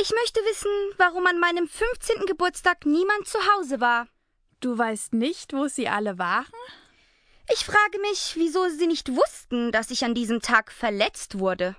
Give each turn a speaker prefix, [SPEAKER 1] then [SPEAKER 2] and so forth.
[SPEAKER 1] Ich möchte wissen, warum an meinem 15. Geburtstag niemand zu Hause war.
[SPEAKER 2] Du weißt nicht, wo sie alle waren?
[SPEAKER 1] Ich frage mich, wieso sie nicht wussten, dass ich an diesem Tag verletzt wurde.